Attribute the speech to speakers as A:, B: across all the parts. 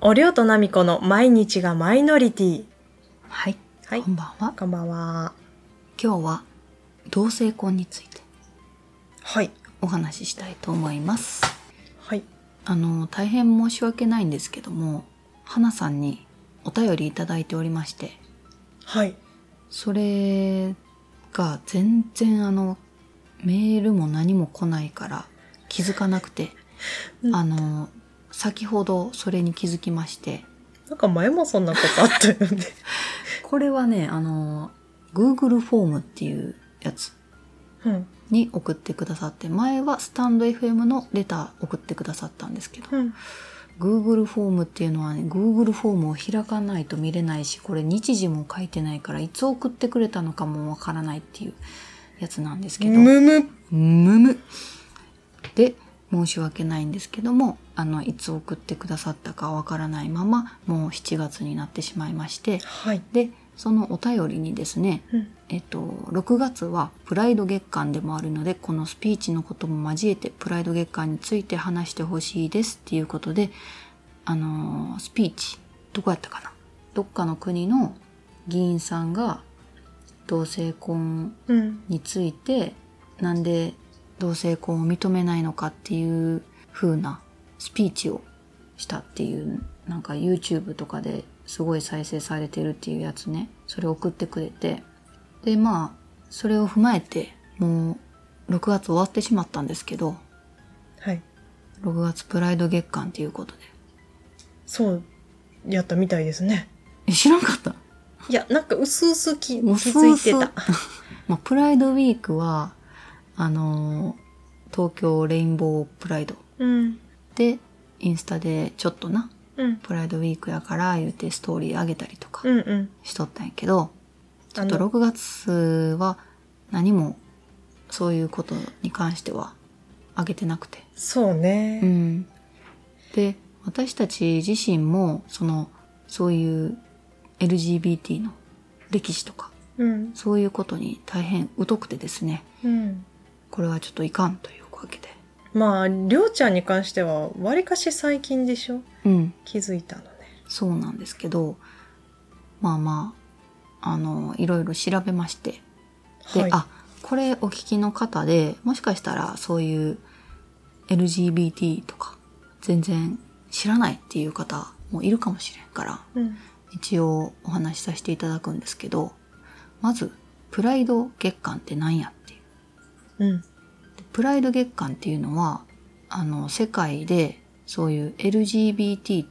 A: おりょうとなみこの毎日がマイノリティ。
B: はい、
A: はい
B: こんばんは
A: こんばんは。
B: 今日は同性婚について
A: はい。
B: お話ししたいと思います
A: はい。
B: あの大変申し訳ないんですけども花さんにお便りいただいておりまして
A: はい。
B: それが全然あのメールも何も来ないから気づかなくて、
A: うん
B: あの先ほどそれに気づきまして
A: なんか前もそんなことあったよね。
B: これはねあの Google フォームっていうやつ
A: うん。
B: に送ってくださって前はスタンド FM のレター送ってくださったんですけど
A: うん。
B: Google フォームっていうのはね Google フォームを開かないと見れないしこれ日時も書いてないからいつ送ってくれたのかもわからないっていうやつなんですけど
A: むむ。
B: むむで申し訳ないんですけどもあのいつ送ってくださったかわからないままもう7月になってしまいまして
A: はい。
B: でそのお便りにですね
A: うん。
B: えっと、6月はプライド月間でもあるのでこのスピーチのことも交えてプライド月間について話してほしいですっていうことであのースピーチどこやったかなどっかの国の議員さんが同性婚
A: うん。
B: についてなんで同性婚を認めないのかっていう風なスピーチをしたっていうなんか YouTube とかですごい再生されてるっていうやつねそれ送ってくれてでまあそれを踏まえてもう6月終わってしまったんですけど
A: はい。
B: 6月プライド月間っていうことで
A: そう、やったみたいですね。
B: え知らんかった
A: いや、なんか薄々き気
B: うすう
A: づい
B: す
A: てた。
B: まあ、プライドウィークはあのー東京レインボープライド
A: うん。
B: でインスタでちょっとな
A: うん。
B: プライドウィークやから言うてストーリー上げたりとか
A: うんうん。
B: しとったんやけど、ちょ
A: あ
B: っと、6月は何もそういうことに関しては上げてなくて。
A: そうね。
B: うん、で私たち自身もそのそういう LGBT の歴史とか
A: うん。
B: そういうことに大変疎くてですね
A: うん。
B: これはちょっといかんというわけで。
A: まあ、りょうちゃんに関しては、わりかし最近でしょ
B: うん
A: 気づいたのね。
B: そうなんですけどまあまああのいろいろ調べましてで、
A: はい。
B: あこれお聞きの方でもしかしたらそういう LGBT とか全然知らないっていう方もいるかもしれんから
A: うん。
B: 一応お話しさせていただくんですけどまずプライド月間って何やってい
A: う
B: う
A: ん。
B: でプライド月間っていうのはあの世界でそういう LGBT っ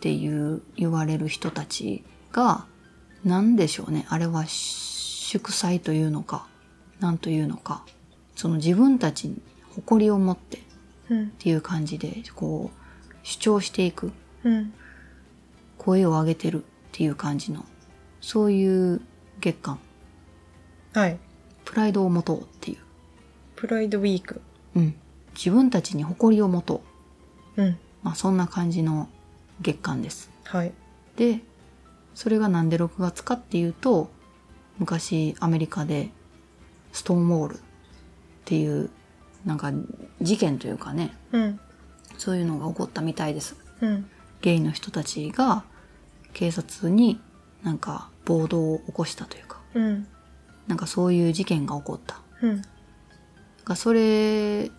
B: ていう言われる人たちが何でしょうねあれは祝祭というのか何というのかその自分たちに誇りを持ってっ
A: うん。
B: ていう感じでこう主張していく
A: うん。
B: 声を上げてるっていう感じのそういう月間
A: はい。
B: プライドを持とうっていう、
A: プライドウィーク。
B: うん、自分たちに誇りを持とう
A: うん。
B: まあ、そんな感じの月間です。
A: はい。
B: でそれがなんで6月かっていうと昔アメリカでストーンウォールっていうなんか事件というかね
A: うん。
B: そういうのが起こったみたいです。
A: うん。
B: ゲイの人たちが警察になんか暴動を起こしたというか
A: うん。
B: なんかそういう事件が起こった。
A: うん。
B: がそれ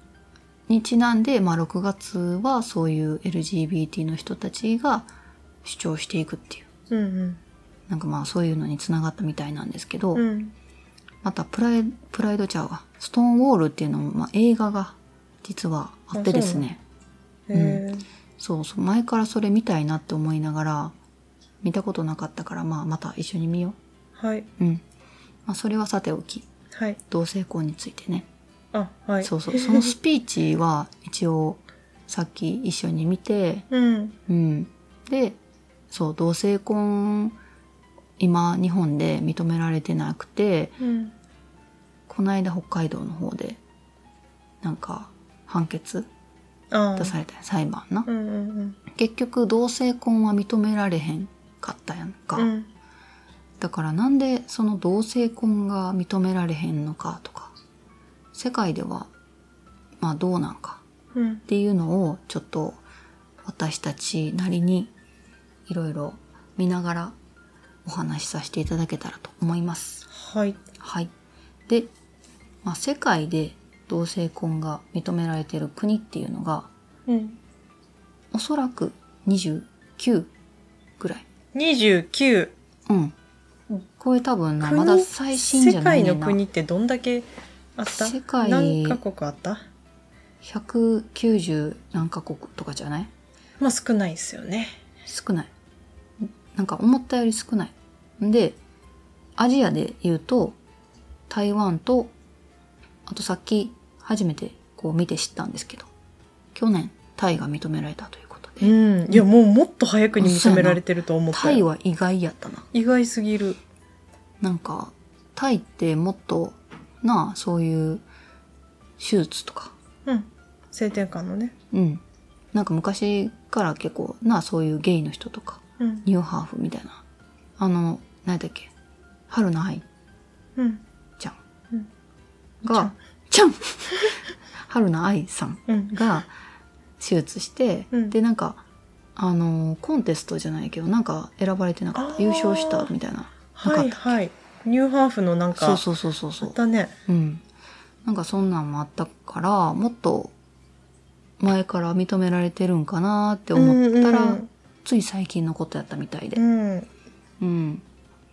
B: にちなんで、まあ、6月はそういう LGBT の人たちが主張していくっていう
A: うん。
B: なんかまあそういうのにつながったみたいなんですけど、
A: うん。
B: またプライプライドチャーがストーンウォールっていうのも、まあ、映画が実はあってですね
A: へえ。
B: そうそう前からそれ見たいなって思いながら見たことなかったから、まあ、また一緒に見よ
A: はい。
B: う、うんまあ、それはさておき
A: はい。
B: 同性婚についてね
A: あ、はい。
B: そうそう。そのスピーチは一応さっき一緒に見て、
A: うん。
B: うん。で、そう、同性婚、今日本で認められてなくて、
A: うん。
B: この間北海道の方で、なんか判決
A: あ
B: 出さ
A: あ。
B: れたよ裁判な
A: う。んうんうん。
B: 結局同性婚は認められへんかったやんか。
A: うん。
B: だからなんでその同性婚が認められへんのかとか、世界では、まあどうなんか
A: うん
B: っ。ていうのをちょっと私たちなりにいろいろ見ながらお話しさせていただけたらと思います。
A: はい。
B: はい。で、まあ、世界で同性婚が認められている国っていうのが、
A: うん。
B: おそらく29ぐらい。
A: 29。
B: うん。これ多分な、
A: 国
B: まだ最新じゃないね
A: 世界
B: ん
A: の
B: な。
A: 国ってどんだけあった
B: 世界
A: 何カ国あった
B: 190何カ国とかじゃない
A: まあ少ないですよね。
B: 少ない。なんか思ったより少ない。んで、アジアで言うと、台湾と、あとさっき初めてこう見て知ったんですけど、去年タイが認められたということ
A: う
B: で、
A: ん。いや、もうもっと早くに認められてると思った
B: タイ
A: よ。
B: は意外やったな。
A: 意外すぎる。
B: なんか、タイってもっと、なあ、そういう手術とか、
A: うん。性転換のね。
B: うん。なんか昔から結構、なあ、そういうゲイの人とか、
A: うん。
B: ニューハーフみたいな。あの、何だっけ春の愛
A: うん。
B: ちゃん
A: うん
B: が、ちゃん 春の愛さん
A: うん。
B: が手術して、
A: うん
B: で、なんか、あの、コンテストじゃないけど、なんか選ばれてなかっ
A: あ
B: た。
A: ー
B: 優勝したみたいな。なか
A: は
B: っ
A: い
B: た。
A: はい。ニューハーフのなんか、
B: そうそうそうそうそ
A: あ
B: う
A: っ。たね。
B: うん。なんかそんなんもあったから、もっと前から認められてるんかなって思ったら、
A: うんうん
B: つい最近のことやったみたいで
A: う。ん。
B: うん。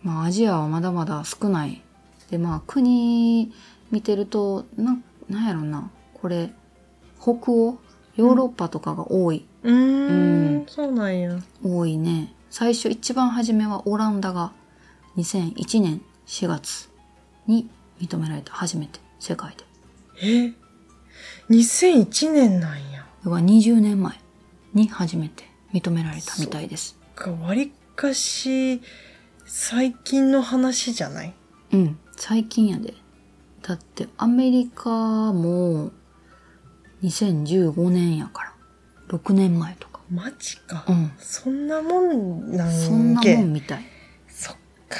B: まあアジアはまだまだ少ない。で、まあ国見てると、な、なんやろな。これ、北欧ヨーロッパとかが多い。
A: うー
B: うん
A: ん。そうなんや。
B: 多いね。最初、一番初めはオランダが2001年4月に認められた。初めて。世界で。
A: え ?2001 年なんや。
B: だから20年前に初めて認められたみたいです。
A: か割かし最近の話じゃない
B: うん。最近やで。だってアメリカも2015年やから。6年前とか。
A: マジか、
B: うん。
A: そんなもんなんけ
B: そんなもんみたい。
A: そっか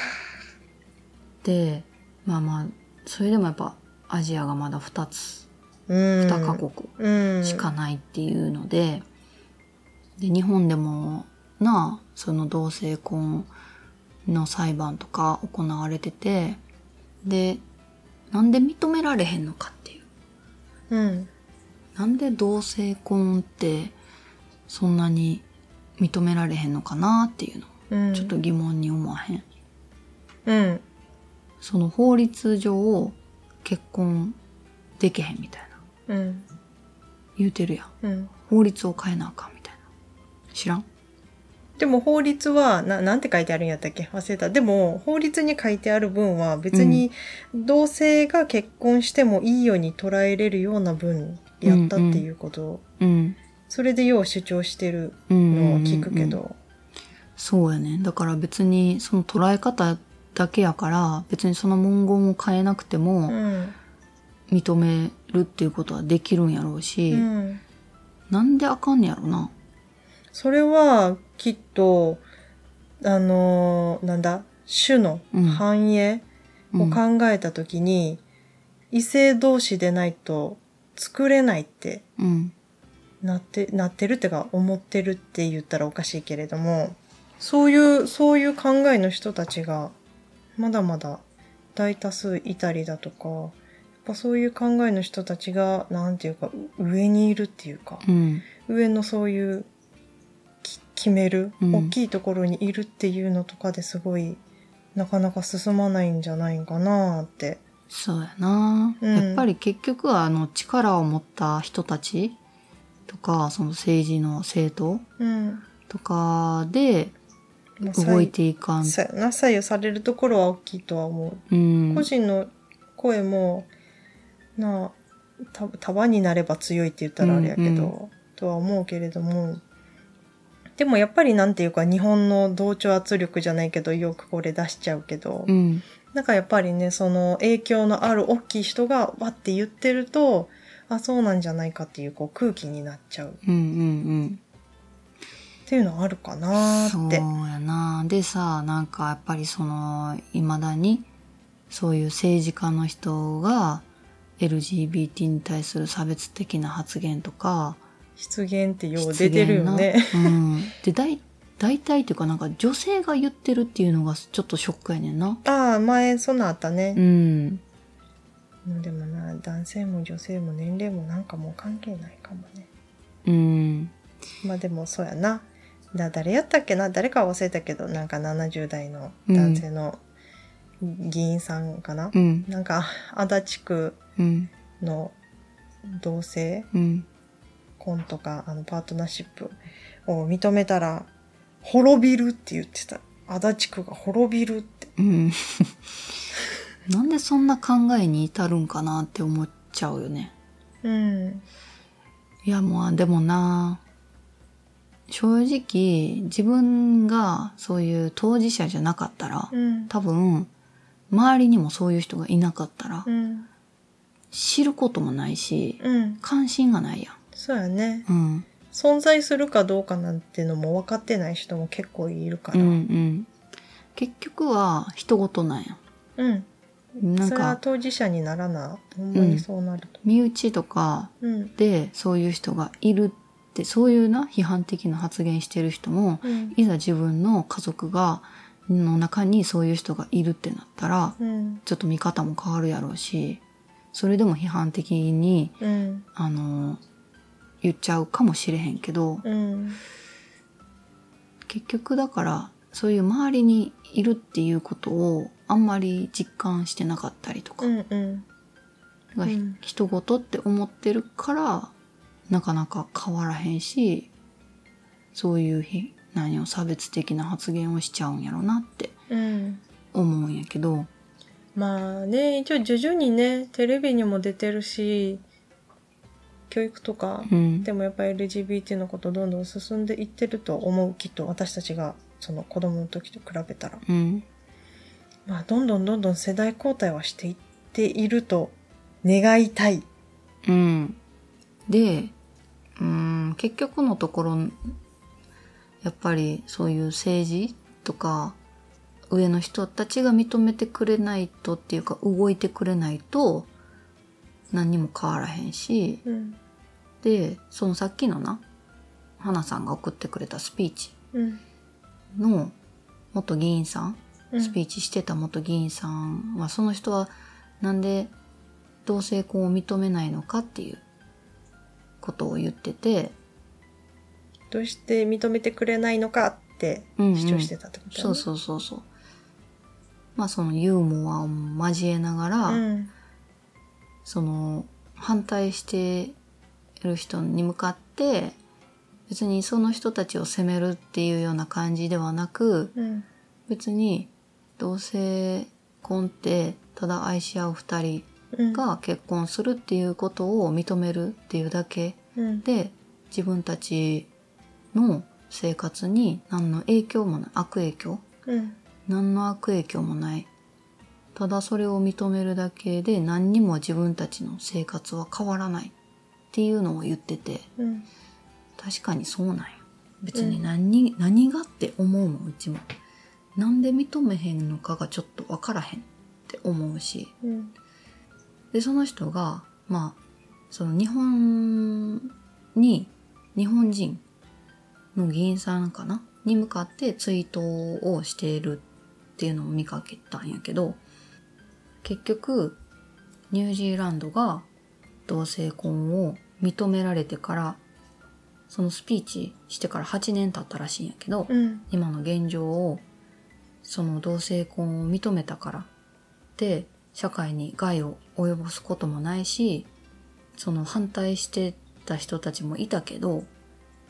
B: で、まあまあ、それでもやっぱアジアがまだ2つ、
A: うん
B: 2カ国
A: 国
B: しかないっていうので、で、日本でもな、その同性婚の裁判とか行われてて、で、なんで認められへんのかっていう。
A: うん
B: なんで同性婚ってそんなに認められへんのかなっていうの、
A: うん
B: ちょっと疑問に思わへん。
A: うん
B: その法律上結婚できへんみたいな。
A: うん
B: 言うてるやん。
A: うん
B: 法律を変えなあかんみたいな。知らん
A: でも法律はななんて書いてあるんやったっけ忘れたでも法律に書いてある分は別に同性が結婚してもいいように捉えれるような分やったっていうこと、
B: うん。
A: それでよう主張してる
B: うん
A: のは聞くけど、
B: そうやね。だから別にその捉え方だけやから、別にその文言を変えなくても
A: うん
B: 認めるっていうことはできるんやろうし、
A: うん、
B: なんであかんねやろな。
A: それはきっとあのーなんだ種の
B: うん
A: 繁栄
B: う
A: を
B: ん
A: 考えた時に、異性同士でないと作れないって
B: うん。
A: なってなってるってか思ってるって言ったらおかしいけれどもそういうそういう考えの人たちがまだまだ大多数いたりだとかやっぱそういう考えの人たちがなんていうかう上にいるっていうか。
B: うん。
A: 上のそういうき決める、
B: うん
A: 大きいところにいるっていうのとかですごいなかなか進まないんじゃないんかなって。
B: そうやな、
A: うん
B: やっぱり結局はあの力を持った人たちとかその政治の政党
A: うん
B: とかで
A: まあ
B: 動いていかん、
A: 左右そうやな左右されるところは大きいとは思
B: うん
A: う。個人の声もなあた束になれば強いって言ったらあれやけど、
B: うん
A: とは思うけれどもでもやっぱりなんていうか日本の同調圧力じゃないけどよくこれ出しちゃうけど、
B: うん
A: なんかやっぱりね、その影響のある大きい人がわって言ってると、あ、そうなんじゃないかっていうこう空気になっちゃうっ
B: うんうん
A: ていうのはあるか
B: うん
A: な
B: そ
A: ー
B: う
A: って。
B: やなでさなんかやっぱりそのいまだにそういう政治家の人が LGBT に対する差別的な発言とか
A: 失言ってよう出
B: 失
A: てる
B: 言
A: よ
B: な
A: ね。
B: うん、で大大体っていうかなんか女性が言ってるっていうのがちょっとショックやねんな。
A: ああ、前、そんなんあったね
B: う。ん。
A: もうでもな、男性も女性も年齢もなんかもう関係ないかもね。
B: うん。
A: まあでもそうやな。だ誰やったっけな誰かは忘れたけど、なんか70代の男性の議員さんかな、
B: うん。
A: なんか、足立区
B: うん。
A: の同性
B: うん。
A: 婚とか、あの、パートナーシップを認めたら、滅びるって言ってた。足立区が滅びるって。
B: うん。 なんでそんな考えに至るんかなって思っちゃうよね。
A: うん。
B: いやもうでもな正直自分がそういう当事者じゃなかったら
A: うん。
B: 多分周りにもそういう人がいなかったら
A: うん。
B: 知ることもないし
A: うん。
B: 関心がないや
A: そうやね。
B: ん。うん。
A: 存在するかどうかなんてのも分かってない人も結構いるか
B: う
A: ら。
B: んうん。結局は人事なんや。
A: うん。
B: なん
A: それは
B: か
A: 当事者にならな、ほんまにそうなると。
B: 身内とか
A: うん。
B: でそういう人がいるってそういうな批判的な発言してる人も
A: うん。
B: いざ自分の家族がの中にそういう人がいるってなったら
A: うん。
B: ちょっと見方も変わるやろうしそれでも批判的に
A: うん。
B: あの言っちゃうかもしれへんけど
A: うん。
B: 結局だからそういう周りにいるっていうことをあんまり実感してなかったりとか、
A: うん。うん。
B: がひ
A: うん
B: 人事って思ってるからなかなか変わらへんしそういうひ何を差別的な発言をしちゃうんやろなって
A: うん。
B: 思うんやけど
A: まあね、一応徐々にね、テレビにも出てるし、教育とか、
B: うん
A: でもやっぱり LGBT のことどんどん進んでいってると思う、きっと私たちが、その子供の時と比べたら。
B: うん
A: まあ、どんどんどんどん世代交代はしていっていると願いたい。
B: うんでうん結局のところやっぱりそういう政治とか上の人たちが認めてくれないとっていうか動いてくれないと何にも変わらへんし
A: うん。
B: でそのさっきのな花さんが送ってくれたスピーチ
A: うん。
B: の元議員さんスピ
A: ー
B: ーチしてた元議員さんはその人はなんで同性婚を認めないのかっていうことを言ってて、
A: どうして認めてくれないのかって
B: うんうん
A: 主張してたってことだ
B: そ
A: よ
B: う
A: ね
B: そうそうそうまあそのユーモアを交えながら、
A: うん。
B: その反対してる人に向かって別にその人たちを責めるっていうような感じではなく
A: うん。
B: 別に同性婚ってただ愛し合う二人
A: うん。
B: が結婚するっていうことを認めるっていうだけ
A: うん。
B: で自分たちの生活に何の影響もない悪影響
A: うん。
B: 何の悪影響もないただそれを認めるだけで何にも自分たちの生活は変わらないっていうのを言ってて
A: うん。
B: 確かにそうなんや別に何に、何がって思うもんうちもなんで認めへんのかがちょっと分からへんって思うし
A: うん。
B: でその人がまあその日本に日本人の議員さんかなに向かってツイートをしているっていうのを見かけたんやけど結局ニュージーランドが同性婚を認められてからそのスピーチしてから8年経ったらしいんやけど、
A: うん。
B: 今の現状をその同性婚を認めたからで社会に害を及ぼすこともないしその反対してた人たちもいたけど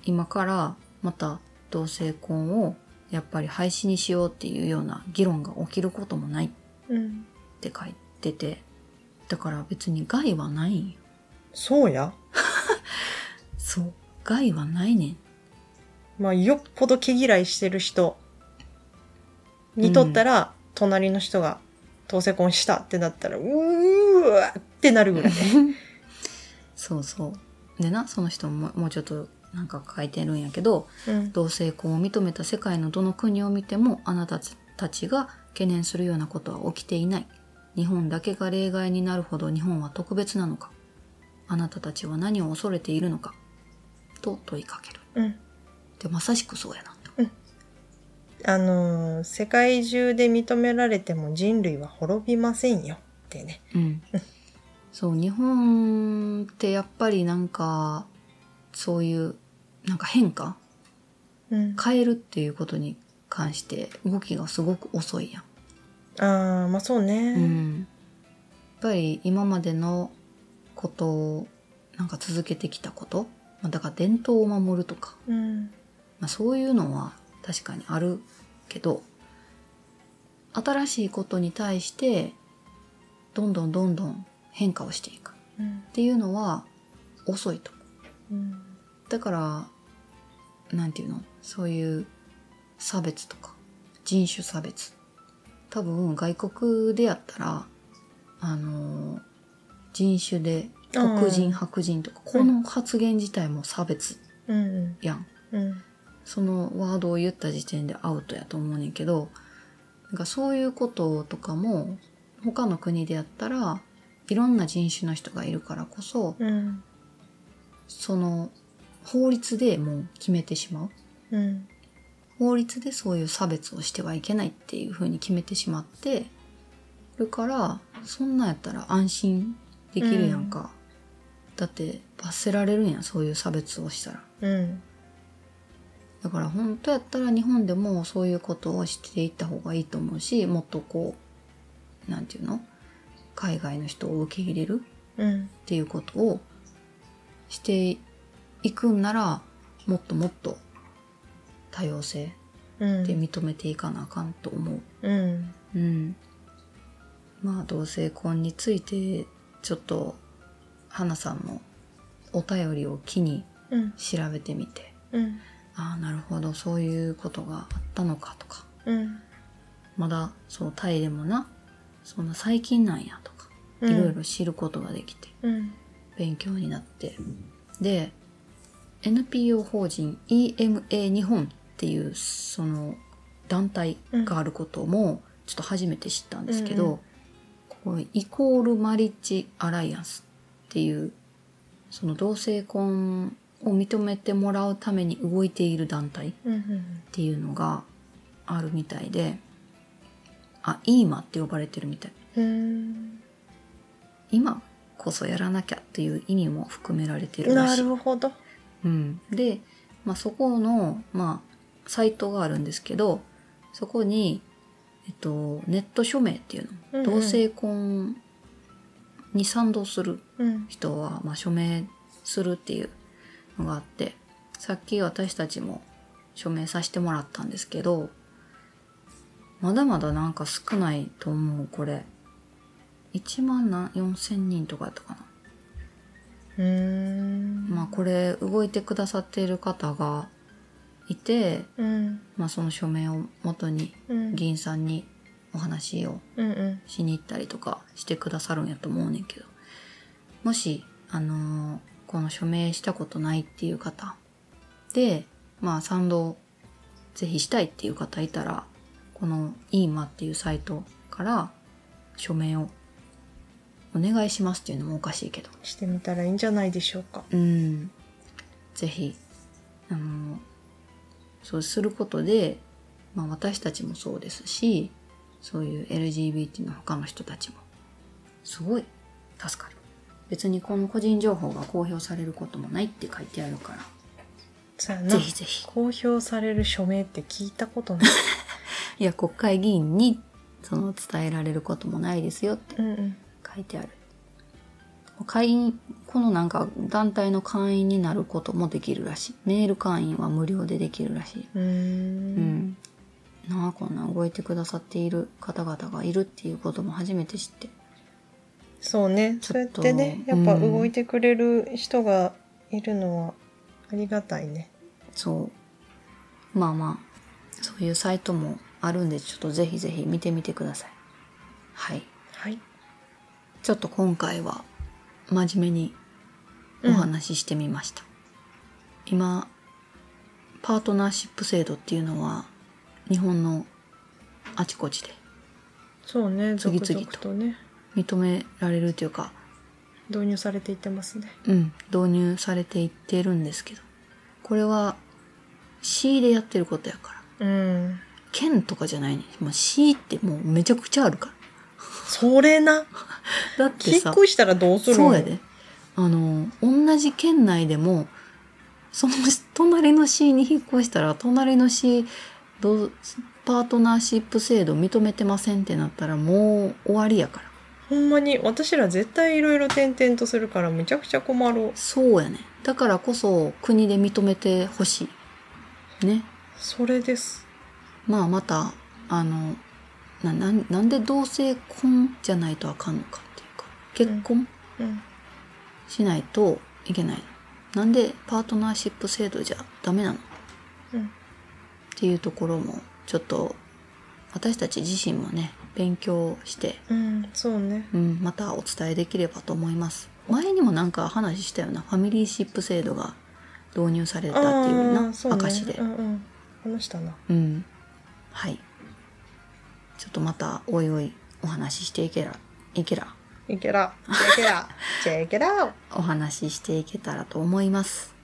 B: 今からまた同性婚をやっぱり廃止にしようっていうような議論が起きることもないっ
A: うん。
B: て書いててだから別に害はないんよ
A: そうや。
B: そう害はないねん
A: まあ、よっぽど毛嫌いしてる人にとったら、隣の人が同性婚したってなったら、うーわってなるぐらい。
B: そうそうでなその人ももうちょっとなんか書いてるんやけど
A: うん。
B: 同性婚を認めた世界のどの国を見てもあなたたちが懸念するようなことは起きていない日本だけが例外になるほど日本は特別なのかあなたたちは何を恐れているのかと問いかける
A: うん。
B: でまさしくそうやなと、
A: うんあのー世界中で認められても人類は滅びませんよってね。
B: うん、そう日本ってやっぱりなんかそういうなんか変化
A: うん、
B: 変えるっていうことに関して動きがすごく遅いやん。
A: ああ、まあそうね。
B: うん、やっぱり今までのことをなんか続けてきたことまあだから伝統を守るとか、
A: うん。
B: まあ、そういうのは確かにあるけど新しいことに対してどんどんどんどん変化をしていくっ
A: うん。
B: ていうのは遅いと
A: うん。
B: だからなんていうのそういう差別とか人種差別多分外国でやったらあの人種で黒人白人とかこの発言自体も差別
A: うん。
B: やん
A: うん。
B: そのワードを言った時点でアウトやと思うねんけどなんかそういうこととかも他の国でやったらいろんな人種の人がいるからこそ
A: うん。
B: その法律でもう決めてしまう
A: うん。
B: 法律でそういう差別をしてはいけないっていう風に決めてしまってるからそんなんやったら安心できるやんか、だって罰せられるんやそういう差別をしたら
A: うん。
B: だから本当やったら日本でもそういうことをしていった方がいいと思うしもっとこうなんていうの海外の人を受け入れる
A: うん。
B: っていうことをしていくんならもっともっと多様性
A: うん。
B: で認めていかなあかんと思う。
A: うん。
B: うん。まあ同性婚についてちょっと花さんのお便りを機に
A: うん。
B: 調べてみて
A: うん。
B: ああなるほどそういうことがあったのかとか
A: うん。
B: まだそうタイでもなそんな最近なんやとか
A: うん
B: いろいろ知ることができて
A: うん。
B: 勉強になってで NPO 法人 EMA 日本っていうその団体があることもちょっと初めて知ったんですけど、
A: うんうん
B: こうイコールマリッジアライアンスっていうその同性婚を認めてもらうために動いている団体っ
A: うん。
B: ていうのがあるみたいであ EMA って呼ばれてるみたい
A: うん。
B: 今こそやらなきゃっていう意味も含められてるら
A: な
B: しい
A: るほど。
B: うん、で、まあ、そこの、まあ、サイトがあるんですけどそこに、えっと、ネット署名っていう
A: う
B: の、
A: んうん
B: 同性婚に賛同する
A: うん。
B: 人は、まあ、署名するっていうのがあってさっき私たちも署名させてもらったんですけどまだまだなんか少ないと思うこれ1万な4,000人とかやったかな
A: うん。
B: まあこれ動いてくださっている方がいて、
A: うん。
B: まあ、その署名を元に
A: うん。
B: 議員さんにお話を
A: うんうん。
B: しに行ったりとかしてくださるんやと思うねんけどもし、あのーこの署名したことないっていう方で、まあ、賛同ぜひしたいっていう方いたらこの EMA っていうサイトから署名をお願いしますっていうのもおかしいけど
A: してみたらいいんじゃないでしょうか。
B: うん、ぜひあのそうすることで、まあ、私たちもそうですしそういう LGBT の他の人たちもすごい助かる別にこの個人情報が公表されることもないって書いてあるか
A: そうや
B: ら
A: な
B: ぜ。ひぜひ
A: 公表される署名って聞いたことない。
B: いや国会議員にその伝えられることもないですよって
A: うんうん。
B: 書いてある会員このなんか団体の会員になることもできるらしいメール会員は無料でできるらしいう
A: ー。
B: うんん、なあこんな動いてくださっている方々がいるっていうことも初めて知って
A: そうね。
B: ち
A: そう
B: ょ
A: やっ
B: っと
A: てね、やっぱ
B: うん
A: 動いてくれる人がいるのはありがたいね。
B: そうまあまあそういうサイトもあるんでちょっとぜひぜひ見てみてくださいはい
A: はい。
B: ちょっと今回は真面目にお話ししてみました、今パートナーシップ制度っていうのは日本のあちこちで
A: そうね。
B: 次
A: 続
B: 々と
A: 々とね、
B: 認められるというか
A: 導入されていってますね。
B: うん、導入されていってるんですけど、これは C でやってることやから、
A: うん。
B: 県とかじゃないね。まあ、市ってもうめちゃくちゃあるから。
A: それな。
B: だって
A: 引っ
B: さ、
A: 越したらどうするん
B: そうやで。あの、同じ県内でも、その隣の市に引っ越したら、隣の市、どうパートナーシップ制度認めてませんってなったら、もう終わりやから。
A: ほんまに私ら絶対いろいろ転々とするからむちゃくちゃ困る。
B: そうやね。だからこそ、国で認めてほしい。ね。
A: それです。
B: まあ、また、あの、な、なんなんで同性婚じゃないとあかんのかっていうか、結婚、
A: うん。
B: しないといけないのなんでパートナーシップ制度じゃダメなのっ
A: うん。
B: ていうところもちょっと私たち自身もね勉強して、
A: うん。そうね。
B: うん、またお伝えできればと思います前にもなんか話したようなファミリーシップ制度が導入されたっていう
A: あ
B: な
A: あ、そうね。
B: 証で
A: うんうん。話したな。
B: うんはいちょっとまたおいおいお話ししていけらいけら
A: いけ ら。いけら。チェケラ。
B: お話ししていけたらと思います。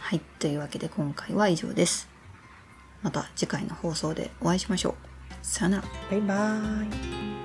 B: はい。というわけで今回は以上です。また次回の放送でお会いしましょう。さよなら。
A: バイバイ。